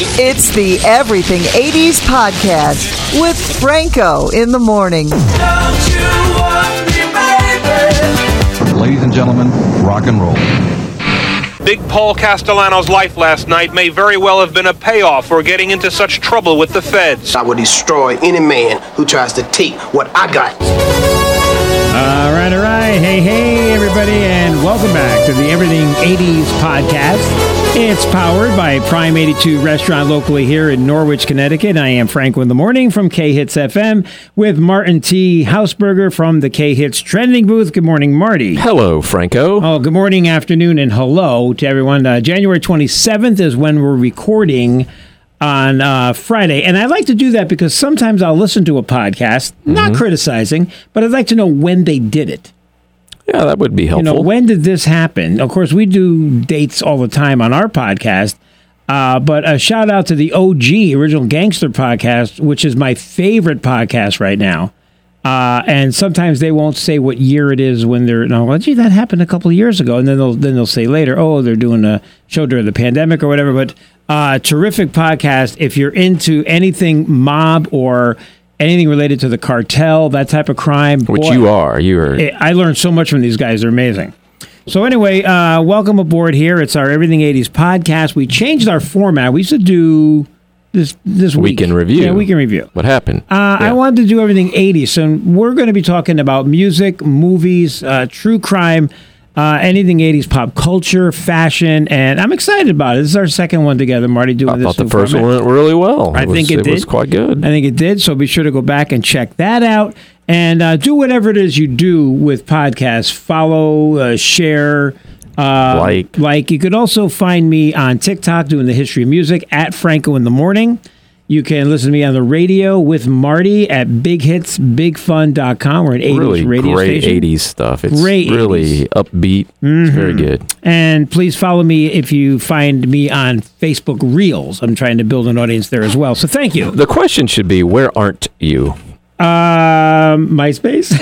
It's the Everything 80s Podcast with Franco in the morning. Ladies and gentlemen, rock and roll. Big Paul Castellano's life last night may very well have been a payoff for getting into such trouble with the feds. I will destroy any man who tries to take what I got. All right, all right. Hey, hey, everybody, and welcome back to the Everything 80s podcast. It's powered by Prime 82 Restaurant locally here in Norwich, Connecticut. I am Franco in the morning from K Hits FM with Martin T. Hausberger from the K Hits Trending Booth. Good morning, Marty. Hello, Franco. Oh, good morning, afternoon, and hello to everyone. Uh, January 27th is when we're recording on uh, Friday. And I like to do that because sometimes I'll listen to a podcast, not criticizing, but I'd like to know when they did it. yeah, that would be You helpful. know, when did this happen? Of course, we do dates all the time on our podcast. Uh, but a shout out to the OG Original Gangster podcast, which is my favorite podcast right now. Uh, and sometimes they won't say what year it is when they're. No, well, gee, that happened a couple of years ago, and then they'll then they'll say later, oh, they're doing a show during the pandemic or whatever. But uh, terrific podcast if you're into anything mob or anything related to the cartel, that type of crime. which boy- you are. You are. it- Eh, I learned so much from these guys. They're amazing. So anyway, uh, welcome aboard here. It's our Everything 80s podcast. We changed our format. We used to do this this week. Week in review. Yeah, week in review. what happened? Uh, I Yeah. wanted to do everything 80s, so we're going to be talking about music, movies, uh, true crime, uh, anything 80s pop culture, fashion, and I'm excited about it. This is our second one together, Marty. Doing I this thought the new first format. one went really well. I think was, it, did. was quite good. I think it did. So be sure to go back and check that out. And uh, do whatever it is you do with podcasts. Follow, uh, share, uh, Like. Like you could also find me on TikTok doing the history of music at Franco in the morning. You can listen to me on the radio with Marty at bighitsbigfun.com. We're an 80s really radio great station. 80s stuff. It's Great Mm-hmm. really upbeat. It's very good. And please follow me if you find me on Facebook Reels. I'm trying to build an audience there as well. So thank you. The question should be where aren't you? Um, MySpace.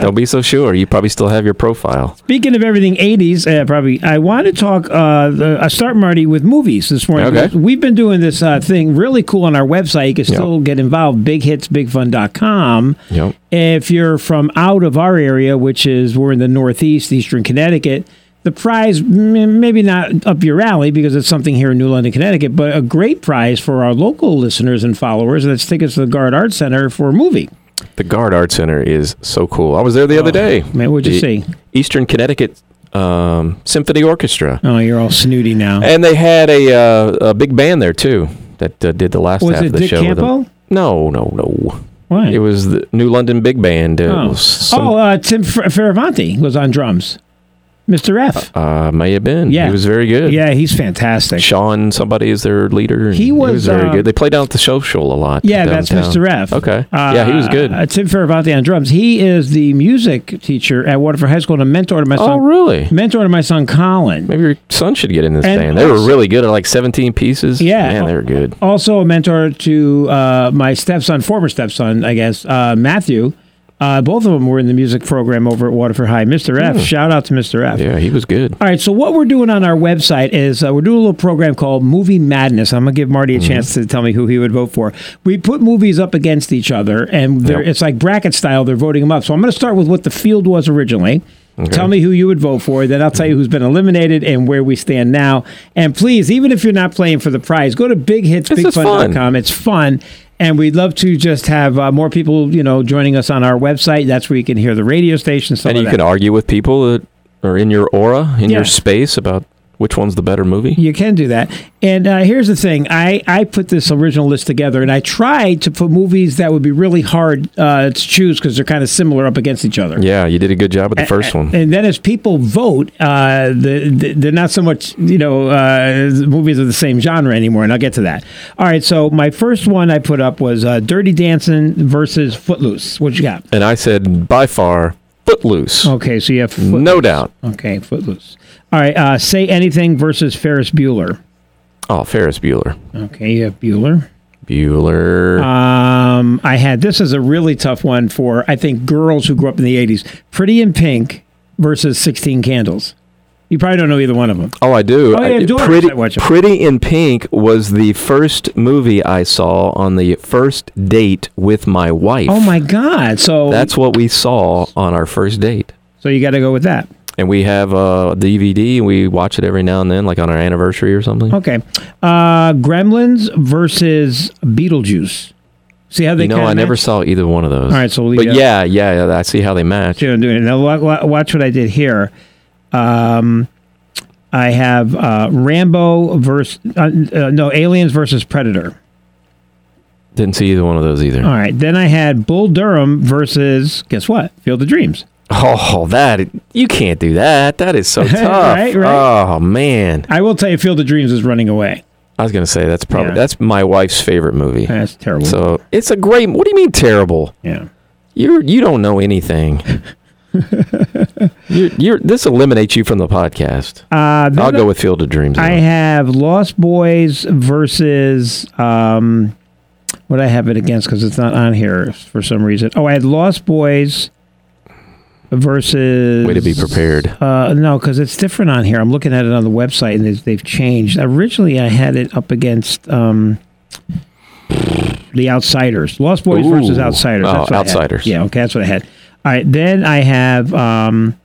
Don't be so sure. You probably still have your profile. Speaking of everything 80s, uh, probably, I want to talk, uh, the, I start, Marty, with movies this morning. Okay. We've been doing this uh, thing really cool on our website. You can Yep. still get involved, bighitsbigfun.com. Yep. If you're from out of our area, which is we're in the Northeast, Eastern Connecticut, the prize, m- maybe not up your alley because it's something here in New London, Connecticut, but a great prize for our local listeners and followers. That's tickets to the Guard Arts Center for a movie. The Guard Art Center is so cool. I was there the other day. Oh, man, what'd you The see? Eastern Connecticut um, Symphony Orchestra. Oh, you're all snooty now. And they had a uh, a big band there too that uh, did the last Was half it of the Dick show. with them. Campo? No, no, no. Why? It was the New London Big Band. It Oh, was some- oh uh, Tim Fer- Ferravanti was on drums. Mr. F. uh, may have been. yeah. he was very good. yeah, he's fantastic. Sean, somebody is their leader. and He was, very uh, good. They played down at the social a lot. yeah, that's downtown. Mr. F. Okay, yeah, he was good. Uh, Tim Ferravanti on drums. He is the music teacher at Waterford High School and a mentor to my oh, son. really? Mentor to my son Colin. Maybe your son should get in this And band. They were also- really good at like 17 pieces. Yeah. man, they were good. Also a mentor to uh, my stepson, former stepson, I guess, uh, Matthew. Uh, both of them were in the music program over at Waterford High. Mr. Hmm. F. Shout out to Mr. F. Yeah, he was good. All right, so what we're doing on our website is uh, we're doing a little program called Movie Madness. I'm going to give Marty a chance Mm-hmm. to tell me who he would vote for. We put movies up against each other, and they're Yep. it's like bracket style. They're voting them up. So I'm going to start with what the field was originally. Tell me who you would vote for, then I'll tell you who's been eliminated and where we stand now. And please, even if you're not playing for the prize, go to This is fun. bighitsbigfun.com. It's fun. And we'd love to just have uh, more people, you know, joining us on our website. That's where you can hear the radio station. some And of you that. can argue with people that are in your aura, in Yeah. your space about which one's the better movie. You can do that. And uh, here's the thing: I I put this original list together, and I tried to put movies that would be really hard uh, to choose because they're kind of similar up against each other. Yeah, you did a good job with the first one. And then as people vote, uh, the, the, they're not so much, you know, uh, movies of the same genre anymore, and I'll get to that. All right, so my first one I put up was uh, Dirty Dancing versus Footloose. What you got? And I said, by far, Footloose. Okay, so you have Oh, Footloose. No doubt. Okay, Footloose. All right, uh, Say Anything versus Ferris Bueller. Oh, Ferris Bueller. Okay, you have Bueller. Bueller. Um, I had this is a really tough one for I think girls who grew up in the '80s. Pretty in Pink versus Sixteen Candles. You probably don't know either one of them. Oh, I do. Oh, yeah, I- Doors, Pretty, I watch 'em. Pretty in Pink was the first movie I saw on the first date with my wife. Oh my God! So That's what we saw on our first date. so you got to go with that. And we have a DVD and we watch it every now and then, like on our anniversary or something. Okay, uh, Gremlins versus Beetlejuice. See how they You know, kinda I never match? saw either one of those. All right, so we'll leave but it up. yeah, yeah, yeah, I see how they match. See what I'm doing. Now wa- wa- watch what I did here. Um, I have uh, Rambo versus uh, uh, no Aliens versus Predator. Didn't see either one of those either. All right, then I had Bull Durham versus guess what? Field of Dreams. Oh, that you can't do that. That is so tough. Right, right. Oh man, I will tell you, Field of Dreams is running away. I was gonna say that's probably Yeah. that's my wife's favorite movie. That's terrible. So it's a great. What do you mean terrible? yeah. You you don't know anything. you're, you're this eliminates you from the podcast. Uh, then I'll go with Field of Dreams. I though. have Lost Boys versus um, what I have it against because it's not on here for some reason. Oh, I had Lost Boys versus. Way to be prepared. Uh, no, because it's different on here. I'm looking at it on the website and they've, they've changed. Originally, I had it up against um, the Outsiders, Lost Boys versus Ooh. Outsiders. Oh, That's what I had. Outsiders. Yeah, okay, that's what I had. All right, then I have. Um,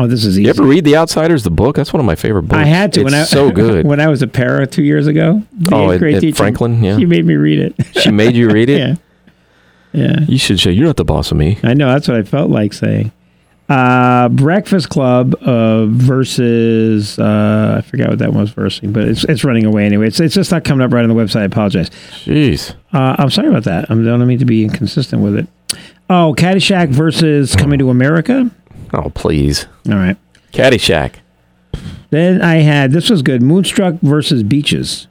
oh, this is easy. You ever read The Outsiders, the book? That's one of my favorite books. I had to It's when I so good. when I was a para two years ago. the Oh, eighth at- grade at teacher, Franklin, yeah. she made me read it. she made you read it. yeah, yeah, You should say you're not the boss of me. I know. That's what I felt like saying. Uh, Breakfast Club uh, versus uh, I forgot what that one was versing, but it's it's running away anyway. It's it's just not coming up right on the website. I apologize. Jeez. Uh, I'm sorry about that. I'm don't mean to be inconsistent with it. Oh, Caddyshack versus Coming to America. Oh please. All right. Caddyshack. Then I had this was good. Moonstruck versus Beaches.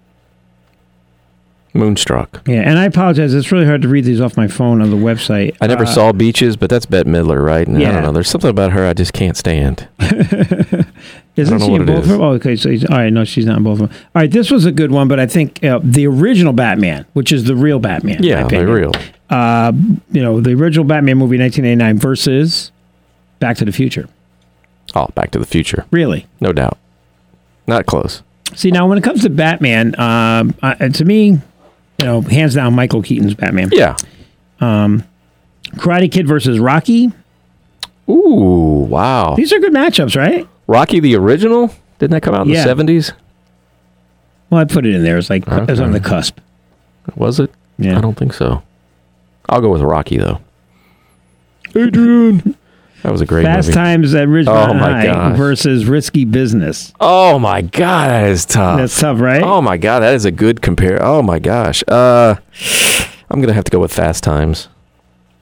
Moonstruck. Yeah, and I apologize. It's really hard to read these off my phone on the website. I never Uh, saw Beaches, but that's Bette Midler, right? And I Yeah. don't know. There's something about her I just can't stand. Isn't know she in what it both of is. them? Oh, okay. So, he's- all right. No, she's not in both of them. All right. This was a good one, but I think uh, the original Batman, which is the real Batman. in my Yeah, they're opinion. real. Uh, you know, the original Batman movie, 1989, versus Back to the Future. Oh, Back to the Future. Really? No doubt. Not close. See, now when it comes to Batman, um, uh, to me, you know, hands down, Michael Keaton's Batman. Yeah. Karate Kid versus Rocky. Ooh, wow. These are good matchups, right? Rocky the original? Didn't that come out in Yeah. the 70s? Well, I put it in there. It's like it was on the cusp. Was it? Yeah. I don't think so. I'll go with Rocky though. Adrian. That was a great Fast movie. Times at Ridgemont Oh, my High gosh. versus Risky Business. Oh my god, that is tough. That's tough, eh? right? Oh my god, that is a good compare. Oh my gosh. Uh I'm going to have to go with Fast Times.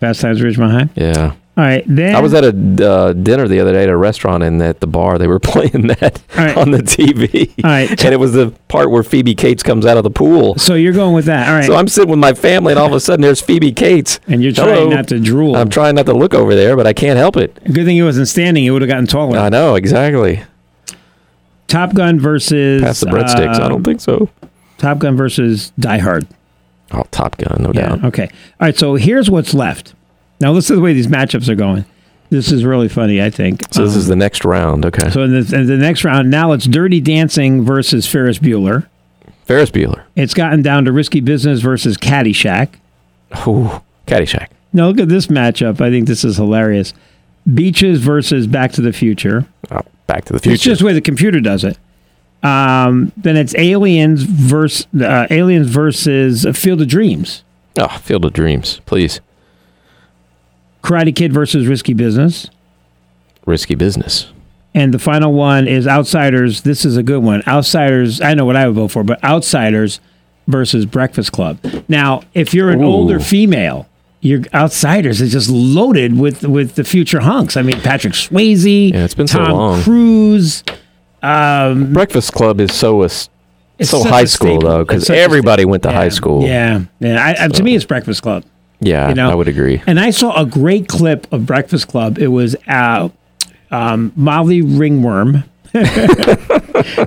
Fast Times at Ridgemont High. Yeah. All right, then I was at a uh, dinner the other day at a restaurant, and at the bar they were playing that All right. on the TV, All right. and it was the part where Phoebe Cates comes out of the pool. so you're going with that. All right, So I'm sitting with my family, and all of a sudden there's Phoebe Cates, and you're trying Hello. not to drool. I'm trying not to look over there, but I can't help it. good thing he wasn't standing; he would have gotten taller. I know exactly. Top Gun versus Pass the breadsticks. I uh, don't think so. Top Gun versus Die Hard. Oh, Top Gun, no Yeah. doubt. Okay. All right. So here's what's left. Now this is the way these matchups are going. This is really funny. I think. So this is the next round. Okay. so in the, in the next round, now it's Dirty Dancing versus Ferris Bueller. Ferris Bueller. It's gotten down to Risky Business versus Caddyshack. Ooh, Caddyshack. Now look at this matchup. I think this is hilarious. Beaches versus Back to the Future. Oh, Back to the Future. It's just the way the computer does it. Um, then it's aliens versus uh, aliens versus Field of Dreams. oh, Field of Dreams. Please. Karate Kid versus Risky Business. Risky business. And the final one is Outsiders. This is a good one. Outsiders. I know what I would vote for, but Outsiders versus Breakfast Club. Now, if you're an Ooh. older female, your Outsiders is just loaded with with the future hunks. I mean, Patrick Swayze, Yeah, it's been so Tom long. Cruise. Breakfast Club is so as- It's so such high a school staple. though, It's because such a everybody went to high Yeah. school. Yeah, yeah. I, I- To me, it's Breakfast Club. yeah, You know, I would agree. And I saw a great clip of Breakfast Club. It was uh, um, Molly Ringworm.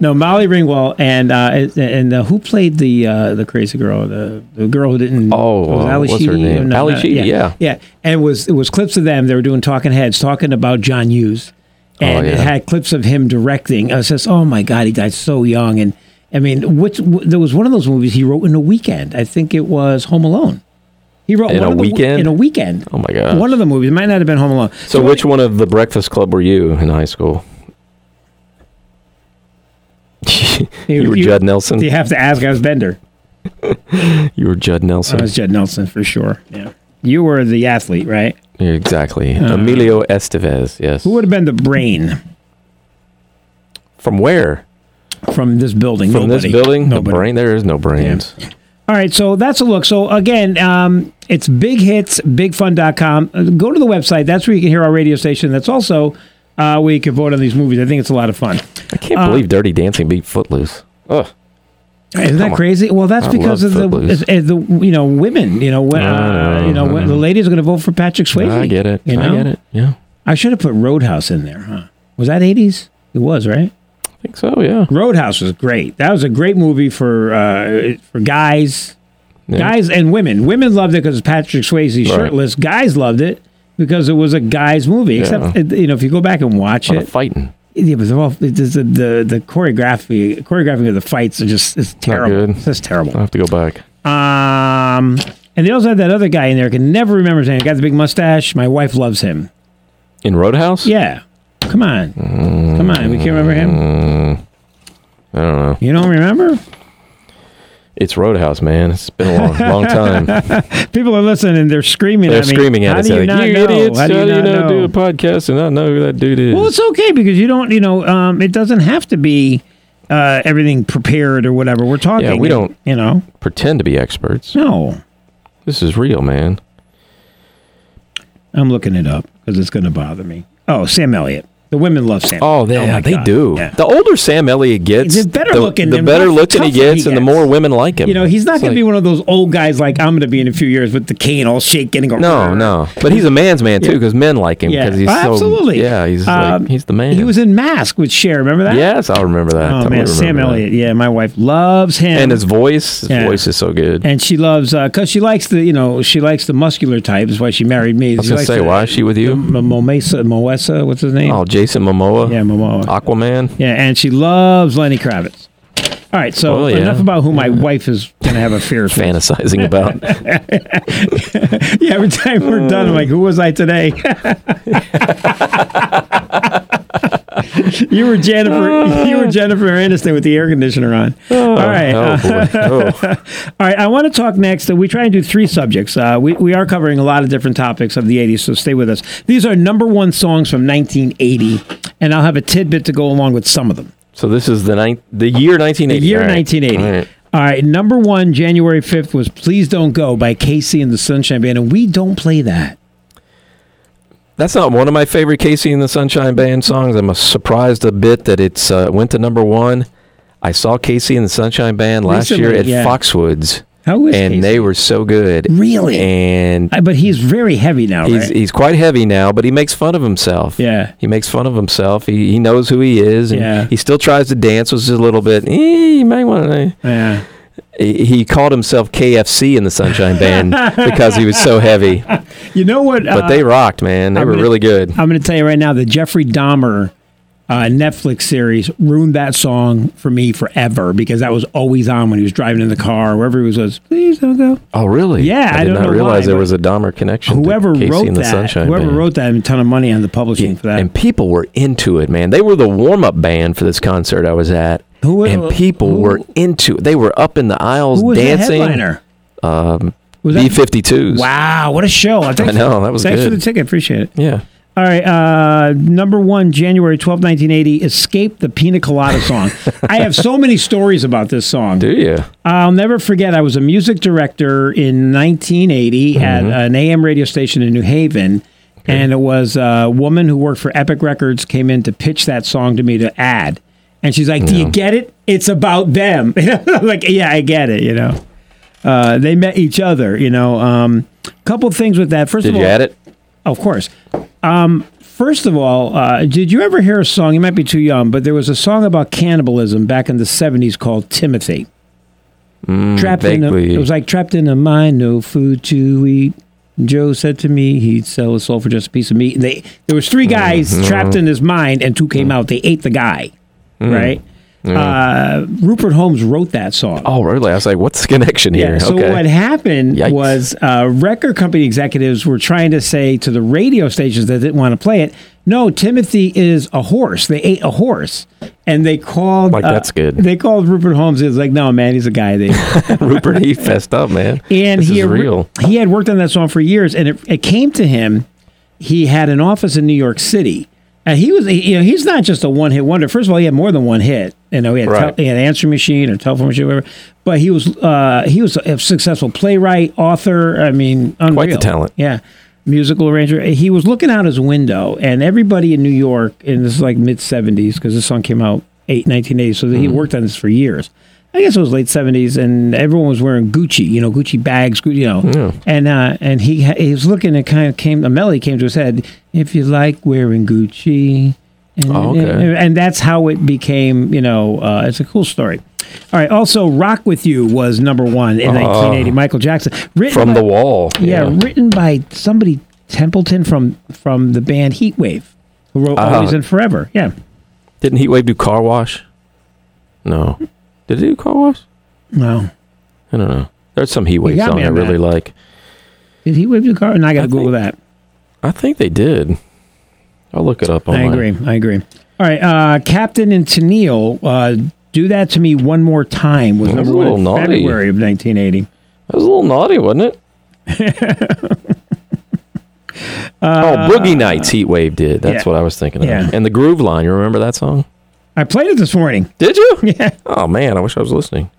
no, Molly Ringwald and uh, and uh, who played the uh, the crazy girl, the, the girl who didn't. Oh, was uh, Ali what's her Sheedy? name? Ali not- Sheedy, yeah. yeah, And it was it was clips of them. They were doing talking heads, talking about John Hughes. and Oh, it yeah. had clips of him directing. I was just, oh my god, he died so young. And I mean, what's wh- there was one of those movies he wrote in a weekend. I think it was Home Alone. He wrote In one a of the- weekend? in a weekend. Oh, my gosh. One of the movies it might not have been Home Alone. So, which one of the Breakfast Club were you in high school? you were Judd Nelson. You have to ask. I was Bender. You were Judd I Nelson. was Judd Nelson for sure. Yeah, you were the athlete, right? Yeah, exactly. Emilio Estevez. Yes. uh, Who would have been the brain From where? from this building? From Nobody. this building? Nobody. The brain. There is no brains. All right, so that's a look. So again, um, it's bighitsbigfun.com. Uh, Go to the website. That's where you can hear our radio station. That's also uh, where you can vote on these movies. I think it's a lot of fun. I can't Uh, believe Dirty Dancing beat Footloose. Ugh. Isn't that on. crazy? Well, that's I because of love the, Footloose. uh, the you know women. You know, when, uh, I know, you know, I when know. the ladies are going to vote for Patrick Swayze. I get it. You know? I get it. Yeah. I should have put Roadhouse in there. Huh? Was that eighties? It was right. I think so. Yeah. Roadhouse was great. That was a great movie for uh, for guys, Yeah. guys and women. Women loved it because Patrick Swayze Right. shirtless. Guys loved it because it was a guys movie. Except uh, you know if you go back and watch A lot of it, fighting. yeah, but they're all, it is- the, the the choreography choreographing of the fights are just it's terrible. good. It's just I'll terrible. have to go back. Um, and they also had that other guy in there. I can never remember his name. He got the big mustache. My wife loves him. In Roadhouse? Yeah, come on, come on. We can't remember him. I don't know. You don't remember? It's Roadhouse, man. It's been a long, long time. People are listening and they're screaming They're at me. screaming at How us. do you They're not like, you know? idiots. How do you not know? do a podcast and not know who that dude is? Well, it's okay because you don't, you know, um, it doesn't have to be uh, everything prepared or whatever. We're talking. we don't- You know, Pretend to be experts. no. This is real, man. I'm looking it up because it's going to bother me. Oh, Sam Elliott. The women love Sam. Oh, they, my they God. do. Yeah. The older Sam Elliott gets, He's better the, looking the and better rough- looking he tougher he gets, and the gets. more women like him. You know, he's not It's going to be like- one of those old guys like I'm going to be in a few years with the cane all shaking and go. No, no. But he's a man's man too, Yeah. because men like him. Yeah, because he's Oh, so- absolutely. Yeah, he's Um, like, he's the man. He was in Mask with Cher. Remember that? Yes, I remember that. Oh Totally man, remember Sam that. Elliott. Yeah, my wife loves him. And his voice, his Yeah. voice is so good. and she loves because she likes the you know she likes the muscular type. Is why she married me. I was gonna say, why is she with you? Momesa, Moesa, what's his name? Oh, Jason Momoa. yeah, Momoa. Aquaman. yeah, and she loves Lenny Kravitz. All right, so Oh, yeah. enough about who my wife is going to have affairs with. Fantasizing about. Yeah, every time we're done, I'm like, who was I today? you were Jennifer. You were Jennifer Aniston with the air conditioner on. All right. Oh, boy. Oh. All right, I want to talk next. uh, We try and do three subjects. Uh, we, we are covering a lot of different topics of the 80s, so stay with us. These are number one songs from 1980, and I'll have a tidbit to go along with some of them. So this is the ninth, the year 1980. The year All right. 1980. All right. All right, number one, January 5th, was Please Don't Go by Casey and the Sunshine Band, and we don't play that. That's not one of my favorite Casey and the Sunshine Band songs. I'm surprised a bit that it's uh, went to number one. I saw Casey and the Sunshine Band last Recently, year at yeah. Foxwoods, How is and Casey? they were so good. Really? And I, but he's very heavy now, he's right? he's quite heavy now, but he makes fun of himself. Yeah. he makes fun of himself. He he knows who he is, and Yeah. he still tries to dance, which is a little bit. Eh, you might want to. yeah. He he called himself KFC in the Sunshine Band because he was so heavy. You know what? But they rocked, man. They I'm were gonna- really good. I'm going to tell you right now the Jeffrey Dahmer uh, Netflix series ruined that song for me forever because that was always on when he was driving in the car, wherever he was. was Please don't go. Oh, really? Yeah, I did don't not know realize why, there but was a Dahmer connection. Whoever to Casey wrote and the that, Sunshine whoever Band. wrote that, and a ton of money on the publishing for that. and people were into it, man. They were the warm-up band for this concert I was at, Who- and people who- were into it. They were up in the aisles Who was dancing. the headliner? Um, B-52s. Wow, what a show! I, I know, that was thanks for good. the ticket. Appreciate it. Yeah, All right, uh, number one, January twelfth, 1980, Escape the Pina Colada song. I have so many stories about this song. do you? I'll never forget. I was a music director in 1980 Mm-hmm. at an AM radio station in New Haven, and it was a woman who worked for Epic Records came in to pitch that song to me to add, and she's like, "Do you get it? It's about them." I'm like, "Yeah, I get it." You know, uh, they met each other. You know, um, couple things with that. First Did of all, you add it? of course. Um, first of all, uh, did you ever hear a song? You might be too young, but there was a song about cannibalism back in the '70s called "Timothy." trapped in a, vaguely. it was like trapped in a mine, no food to eat. Joe said to me he'd sell his soul for just a piece of meat. And they there was three guys trapped in his mind, and two came out. They ate the guy, right? Uh, Rupert Holmes wrote that song. Oh, really? I was like, what's the connection here? Yeah, so okay. what happened Yikes. was uh, record company executives were trying to say to the radio stations that didn't want to play it, no, Timothy is a horse. They ate a horse, and they called. uh, Like, that's good. They called Rupert Holmes. He was like, no, man, he's a guy. They Rupert, he fessed up, man. and this he is had- real. He had worked on that song for years, and it, it came to him. He had an office in New York City. And he was, he- you know, he's not just a one hit wonder. First of all, he had more than one hit. You know, he had, tel- Right. he had answer machine or telephone machine, whatever. But he was, uh, he was a successful playwright, author. I mean, unreal. the talent. Yeah. Musical arranger. He was looking out his window, and everybody in New York, and this is like mid 70s, because this song came out eight, 1980, so Mm-hmm. he worked on this for years. I guess it was late 70s, and everyone was wearing Gucci, you know, Gucci bags, Gucci, you know. And uh, and he he was looking, and kind of came, a melody came to his head if you like wearing Gucci. And, Oh, okay. and, and that's how it became, you know, uh, it's a cool story. All right. Also, Rock With You was number one in 1980. Michael Jackson. Written Uh-huh. From by- the wall. yeah, written by somebody Templeton from from the band Heatwave, who wrote Always and Forever. Yeah, Didn't Heatwave do car wash? No. Did he do car wash? no, I don't know. There's some You Heatwave got song me I on really that. like. did Heatwave do car? And I got to I think- Google that. I think they did. I'll look it up. I online. agree. I agree. All right, uh, Captain and Tennille, uh, do that to me one more time was That was number a one in little naughty. February of 1980. That was a little naughty, wasn't it? oh, Boogie Nights Heatwave did. That's Uh, yeah. what I was thinking of. Yeah. And the Groove Line. You remember that song? I played it this morning. Did you? Yeah. Oh man, I wish I was listening.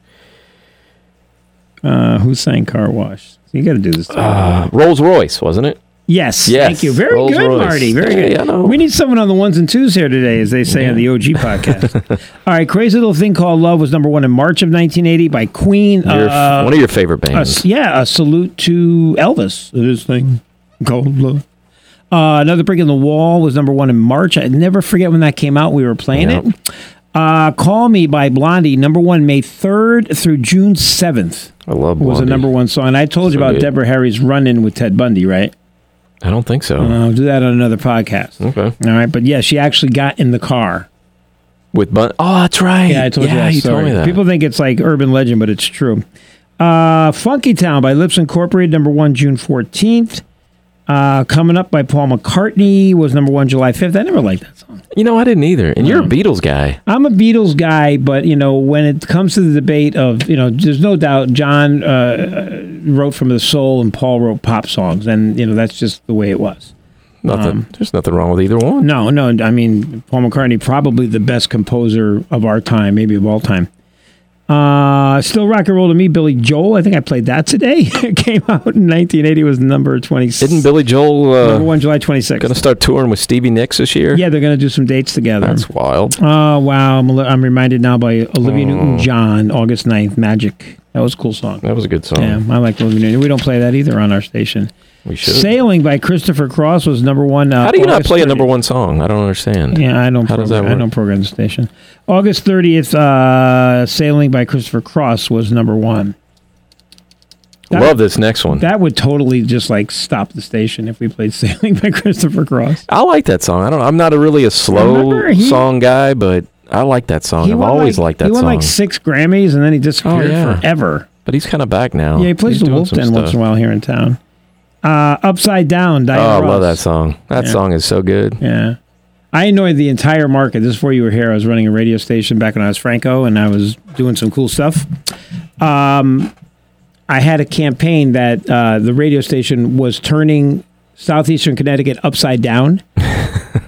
Uh, who sang Car Wash? So you got to do this. Time. Uh, Rolls Royce, wasn't it? yes, yes. Thank you. Very Rolls good, Royce. Marty. Very Yeah, good. yeah, I know. We need someone on the ones and twos here today, as they say on the OG podcast. All right, Crazy Little Thing Called Love was number one in March of 1980 by Queen. Your, Uh, one of your favorite a bands. s- yeah, a salute to Elvis. This thing called love. Uh, Another Brick in the Wall was number one in March. I never forget when that came out. We were playing Yep. it. Uh, Call Me by Blondie, number one, May 3rd through June 7th I love was the Blondie. number one song. And I told you So about good. Deborah Harry's run in with Ted Bundy, right? I don't think so. I'll do that on another podcast. okay. All right, but yeah, she actually got in the car. With Bun. Oh, that's right. Yeah, I told you that you told story. me that. People think it's like urban legend, but it's true. Uh, Funky Town by Lips Incorporated, number one, June fourteenth. Uh, coming up by Paul McCartney was number one, July fifth. I never liked that song. you know, I didn't either. And you're a Beatles guy. I'm a Beatles guy, but you know when it comes to the debate of you know, there's no doubt John uh, wrote from the soul and Paul wrote pop songs, and you know that's just the way it was. Nothing. There's nothing wrong with either one. No, no. I mean, Paul McCartney, probably the best composer of our time, maybe of all time. Uh, still rock and roll to me, Billy Joel. I think I played that today. it came out in 1980, was number 26. Isn't Billy Joel number uh, one, July 26th. going to start touring with Stevie Nicks this year? yeah, they're going to do some dates together. That's wild. oh, wow. I'm, a li- I'm reminded now by Olivia Oh. Newton John, August 9th, Magic. That was a cool song. That was a good song. Yeah, I like Olivia Newton. We don't play that either on our station. We should. Sailing by Christopher Cross was number one. Uh, How do you not August play a 30th. number one song? I don't understand. Yeah, I don't. How does program- that I work? don't program the station. August thirtieth, uh, "Sailing" by Christopher Cross was number one. That- Love this next one. That would totally just like stop the station if we played "Sailing" by Christopher Cross. I like that song. I don't. I'm not a really a slow Remember, he- song guy, but I like that song. I've won, always like, liked that He won song. like six Grammys and then he disappeared Oh, yeah. forever. but he's kind of back now. Yeah, he plays He's the doing Wolf some Den once stuff. in a while here in town. Uh, Upside Down, Oh, I Diana love that Ross. song. That Yeah. song is so good. Yeah. I annoyed the entire market. This is before you were here. I was running a radio station back when I was Franco and I was doing some cool stuff. Um, I had a campaign that uh, the radio station was turning southeastern Connecticut upside down.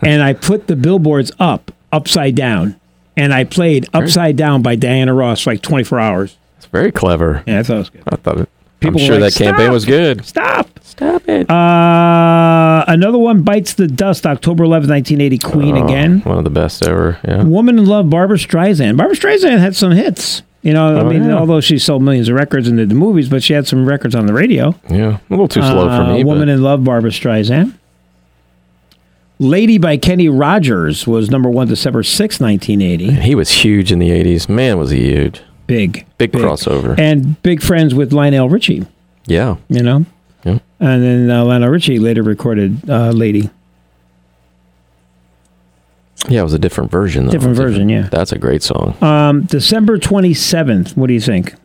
and I put the billboards up, upside down. And I played Upside Down by Diana Ross for like 24 hours. It's very clever. Yeah, I thought it was good. I thought it. People I'm were sure like, that campaign "Stop!" was good. Um, Stop. Stop it. Uh, another one bites the dust, October 11th, 1980, Queen again. One of the best ever. Yeah. Woman in Love, Barbara Streisand. Barbara Streisand had some hits. You know, I Oh, mean, yeah. although she sold millions of records and did the movies, but she had some records on the radio. Yeah. A little too slow for Uh, me. Woman but in Love, Barbara Streisand. Lady by Kenny Rogers was number one December 6, 1980. he was huge in the 80s. Man, was he huge. Big. Big crossover. And big friends with Lionel Richie, yeah. you know? Yeah. And then uh, Lionel Richie later recorded uh, Lady. Yeah, it was a different version. Though. Different version, yeah. That's a great song. Um, December 27th, what do you think?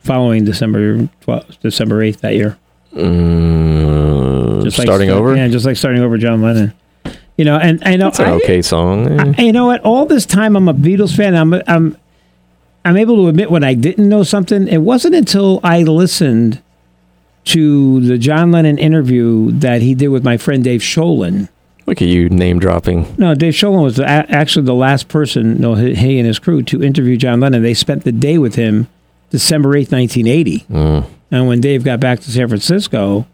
Following December 12th, December 8th that year. Mm, starting sta- over. Yeah, just like starting over John Lennon. You know, and I know That's an I- okay song. eh. I- you know what? All this time I'm a Beatles fan. I'm I'm I'm able to admit when I didn't know something. It wasn't until I listened to the John Lennon interview that he did with my friend Dave Sholin. Look at you name dropping. No, Dave Sholin was the, a- actually the last person, no, he he and his crew, to interview John Lennon. They spent the day with him December 8th, 1980. Mm. And when Dave got back to San Francisco,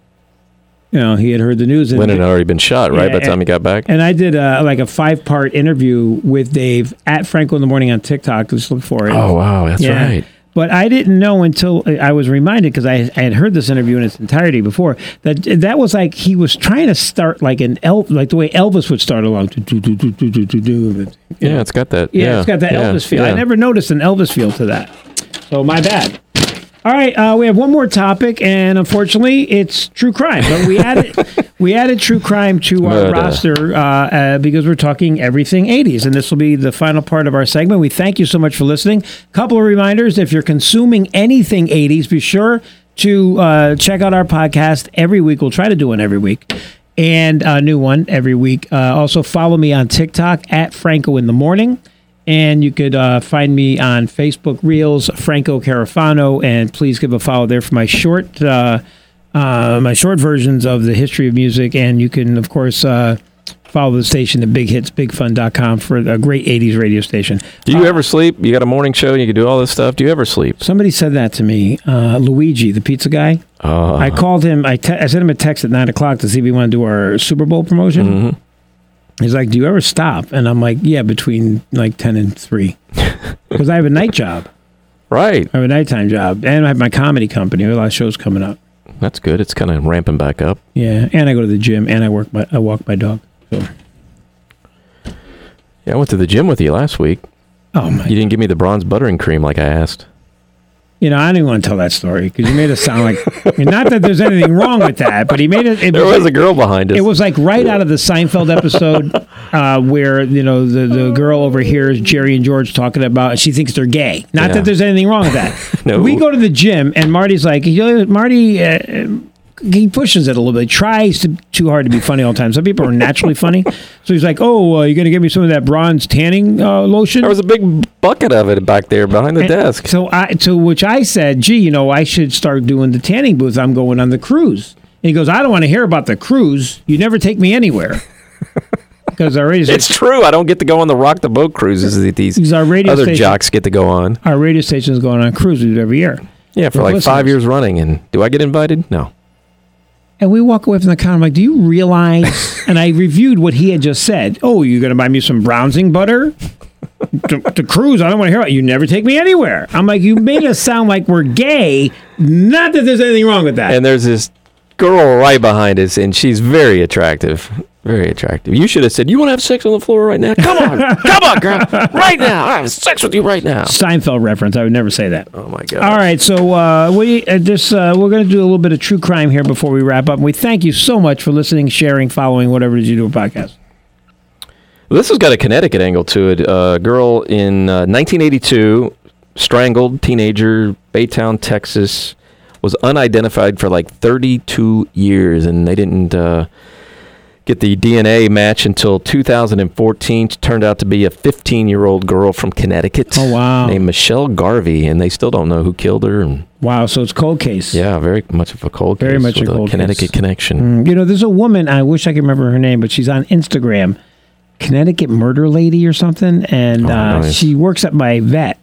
you know, he had heard the news. And Lennon had already been shot, right? Yeah, by the time he got back. and I did uh, like a five part interview with Dave at Franco in the Morning on TikTok. Just look for it. Oh wow, that's right. But I didn't know until I was reminded because I, I had heard this interview in its entirety before that that was like he was trying to start like an El like the way Elvis would start along. Do, do, do, do, do, do, do, do. Yeah, it's got that. Yeah, it's got that yeah, Elvis feel. I yeah. never noticed an Elvis feel to that. So my bad. All right, uh, we have one more topic, and unfortunately, it's true crime. But we added we added true crime to our Murder. roster uh, uh, because we're talking everything '80s, and this will be the final part of our segment. We thank you so much for listening. Couple of reminders: if you're consuming anything '80s, be sure to uh, check out our podcast every week. We'll try to do one every week. And a new one every week. Uh, also, follow me on TikTok at Franco in the Morning. And you could uh, find me on Facebook Reels, Franco Carafano, and please give a follow there for my short, uh, uh, my short versions of the history of music. And you can, of course, uh, follow the station at BigHitsBigFun.com for a great '80s radio station. Do you ever sleep? You got a morning show. You can do all this stuff. Do you ever sleep? Somebody said that to me, uh, Luigi, the pizza guy. Uh, I called him. I, te- I sent him a text at nine o'clock to see if he wanted to do our Super Bowl promotion. He's like, "Do you ever stop?" And I'm like, "Yeah, between like ten and 3. because I have a night job." right. I have a nighttime job, and I have my comedy company. I have a lot of shows coming up. That's good. It's kind of ramping back up. Yeah, and I go to the gym, and I work. My, I walk my dog. So, Yeah, I went to the gym with you last week. oh my, You didn't give me the bronze buttering cream like I asked. you know, I don't even want to tell that story because you made it sound like and not that there's anything wrong with that, but he made it. It, There was a girl behind us. it was like right out of the Seinfeld episode uh, where you know the the girl overhears Jerry and George talking about, and she thinks they're gay. Not Yeah. that there's anything wrong with that. No. we go to the gym, and Marty's like, you know, Marty. Uh, he pushes it a little bit. He tries to, too hard to be funny all the time. Some people are naturally funny. So he's like, "Oh, uh, you're gonna give me some of that bronze tanning uh, lotion?" There was a big bucket of it back there behind the desk. So I to which I said, "Gee, you know, I should start doing the tanning booth. I'm going on the cruise." And he goes, "I don't want to hear about the cruise. You never take me anywhere." Because our radio, It's true. I don't get to go on the rock the boat cruises that these These are radio other stations. jocks get to go on. our radio station is going on cruises every year, Yeah, for Well, like five listeners. years running. And do I get invited? No. and we walk away from the counter. I'm like, "Do you realize?" and I reviewed what he had just said. Oh, you're going to buy me some bronzing butter. to, to cruise, I don't want to hear about you. Never take me anywhere. I'm like, you made us sound like we're gay. Not that there's anything wrong with that. And there's this girl right behind us, and she's very attractive. Very attractive. You should have said, "You want to have sex on the floor right now? Come on, come on, girl, right now! I have sex with you right now." Seinfeld reference. I would never say that. Oh my god! All right, so uh, we uh, this uh, we're going to do a little bit of true crime here before we wrap up. And we thank you so much for listening, sharing, following, whatever it is you do a podcast. This has got a Connecticut angle to it. A girl in uh, 1982, strangled teenager, Baytown, Texas, was unidentified for like 32 years, and they didn't uh, get the DNA match until 2014. She turned out to be a 15 year old girl from Connecticut. Oh, wow. Named Michelle Garvey, and they still don't know who killed her. And Wow, so it's cold case. yeah, very much of a cold Very case much a with cold Connecticut case. Mm. connection. You know, there's a woman. I wish I could remember her name, but she's on Instagram, Connecticut Murder Lady or something, and uh, Oh, nice. she works at my vet,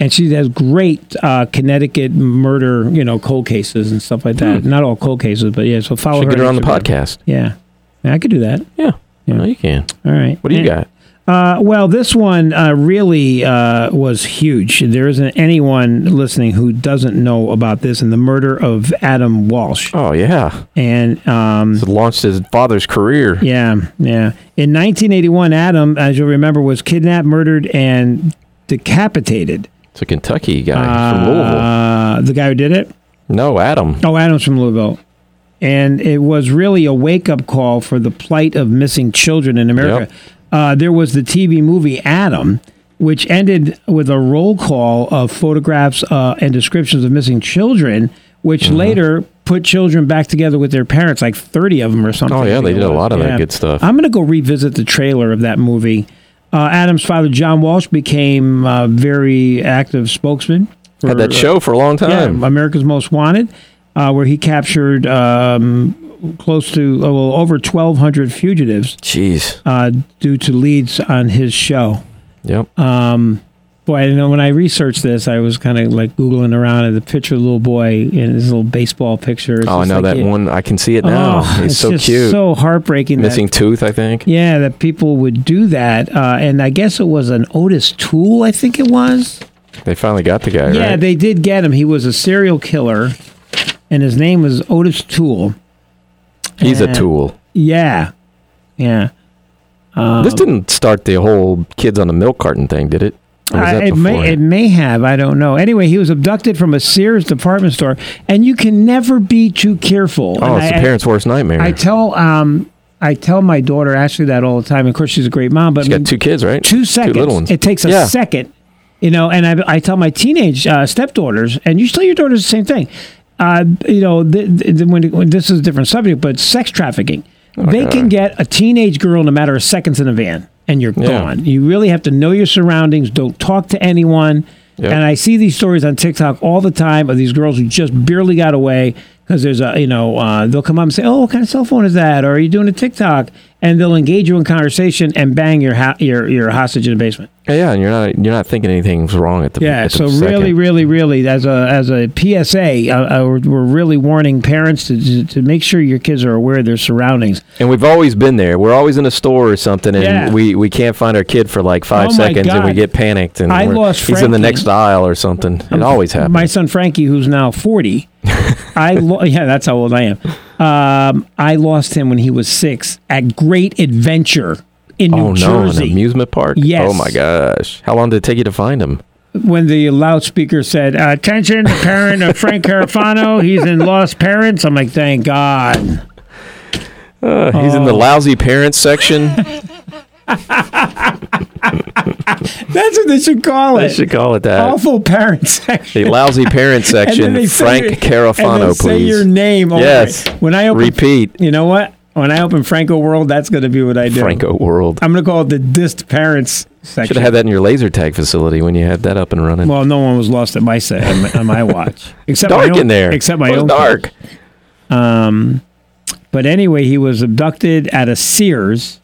and she has great uh, Connecticut murder, you know, cold cases and stuff like that. Not all cold cases, but yeah. So follow Hmm. Should her get her on the Instagram. podcast. Yeah. yeah, I could do that. Yeah. No, you can. All right. What do you And- got? Uh, well, this one uh, really uh, was huge. There isn't anyone listening who doesn't know about this and the murder of Adam Walsh. Oh yeah. And um, It launched his father's career. yeah, yeah. In 1981, Adam, as you'll remember, was kidnapped, murdered, and decapitated. It's a Kentucky guy from Louisville. Uh, the guy who did it? No, Adam. Oh, Adam's from Louisville. and it was really a wake up call for the plight of missing children in America. Uh, there was the TV movie Adam, which ended with a roll call of photographs uh, and descriptions of missing children, which Mm-hmm. later put children back together with their parents, like 30 of them or something. Oh, yeah, I think they it did a was. lot of that good stuff. I'm going to go revisit the trailer of that movie. Uh, Adam's father, John Walsh, became a very active spokesman. For, Had that uh, show for a long time. yeah, America's Most Wanted, uh, where he captured um, close to oh, well, over 1,200 fugitives Jeez. uh, due to leads on his show. Yep. Boy, I know when I researched this, I was kind of like Googling around and the picture of the little boy in his little baseball picture. It's oh, I just know like that it- one. I can see it Oh, now. He's it's so just cute. so heartbreaking. that- Missing tooth, I think. yeah, that people would do that. Uh, and I guess it was an Otis Tool, I think it was. They finally got the guy, Yeah, right? they did get him. He was a serial killer, and his name was Otis Tool. He's a Yeah. tool. Yeah, yeah. Um, this didn't start the whole kids on the milk carton thing, did it? Or was I- that it may it beforehand? may have. I don't know. Anyway, he was abducted from a Sears department store, and you can never be too careful. oh, And it's I- the parents' worst nightmare. I, I tell um I tell my daughter Ashley that all the time. Of course, she's a great mom, but She's got two kids, right? two seconds. Two little ones. It takes a Yeah. second, you know. And I, I tell my teenage uh, stepdaughters, and you tell your daughters the same thing. Uh, you know, th- th- when, when this is a different subject, but sex trafficking, they can get a teenage girl in a matter of seconds in a van, and you're Yeah. gone. You really have to know your surroundings. Don't talk to anyone. Yep. And I see these stories on TikTok all the time of these girls who just barely got away because there's a, you know, uh, they'll come up and say, "Oh, what kind of cell phone is that?" Or "Are you doing a TikTok?" And they'll engage you in conversation and bang your ho- your your hostage in the basement. Yeah, and you're not you're not thinking anything's wrong at the Yeah. at the So second. really, really, really, as a as a PSA, uh, uh, we're, we're really warning parents to, to to make sure your kids are aware of their surroundings. And we've always been there. We're always in a store or something, and Yeah. we, we can't find our kid for like five Oh my seconds, and we God. get panicked, and I we're- lost he's in Frankie. the Um, next aisle or something. It always happens. My son Frankie, who's now forty, I lo- yeah, that's how old I am. Um, I lost him when he was six at Great Adventure in New oh no, an Jersey. amusement park. Yes. Oh my gosh, how long did it take you to find him? when the loudspeaker said, "Attention, the parent of Frank Carafano, he's in Lost Parents." I'm like, "Thank God." Uh, Oh. he's in the lousy parents section. That's what they should call I it. should call it that. Awful parent section. The lousy parents section. say Frank your- and Carafano, then please. Say your name. Over Yes. It. When I open, Repeat. You know what? When I open Franco World, that's going to be what I do. Franco World. I'm going to call it the dissed parents section. Should have had that in your laser tag facility when you had that up and running. Well, no one was lost at my set on my, on my watch, except my dark own- in there. Except my It was own dark. But anyway, he was abducted at a Sears,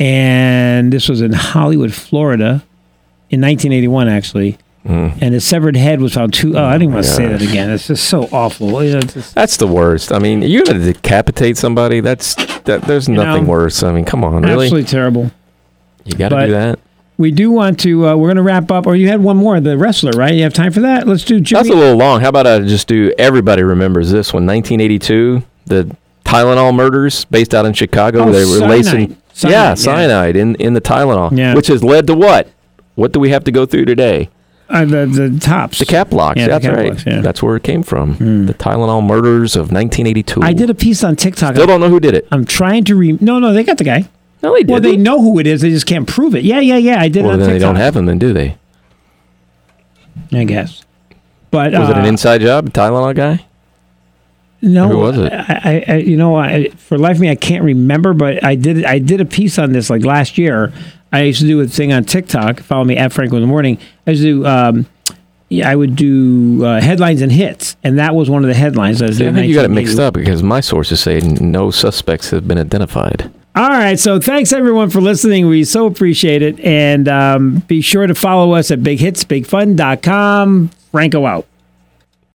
and this was in Hollywood, Florida, in 1981, actually. Hmm. And his severed head was found two. Oh, I didn't want to say that again. It's just so awful. You know, it's just- That's the worst. I mean, you're gonna decapitate somebody. That's that. There's nothing know, worse. I mean, come on, really? absolutely terrible. You got to but- do that. We do want to. Uh, we're going to wrap up. Or you had one more, the wrestler, right? You have time for that? Let's do Jimmy. That's a little long. How about I just do? Everybody remembers this one, 1982, the Tylenol murders, based out in Chicago. Oh, they were cyanide. lacing, Cyanide, yeah, yeah. cyanide in in the Tylenol, Yeah. which has led to what? What do we have to go through today? uh, the the tops. The cap locks. Yeah, the That's cap right. locks, yeah. Hmm. That's where it came from. The Tylenol murders of 1982. I did a piece on TikTok. Still don't know who did it. I'm trying to re. No, no, they got the guy. No, they Well, didn't. they know who it is. They just can't prove it. Yeah, yeah, yeah. I did it Well, on then TikTok. they don't have them, then do they? I guess. But Was it uh, an inside job? Tylenol guy? No, Who was it? I, I, I you know, I, for life of me, I can't remember. But I did, I did a piece on this like last year. I used to do a thing on TikTok. Follow me at Franco in the morning. I used to do, um, yeah, I would do uh, headlines and hits, and that was one of the headlines. I, was I doing think you got it mixed 1980. up because my sources say no suspects have been identified. All right. So thanks everyone for listening. We so appreciate it. And um, be sure to follow us at bighitsbigfun.com. Franco out.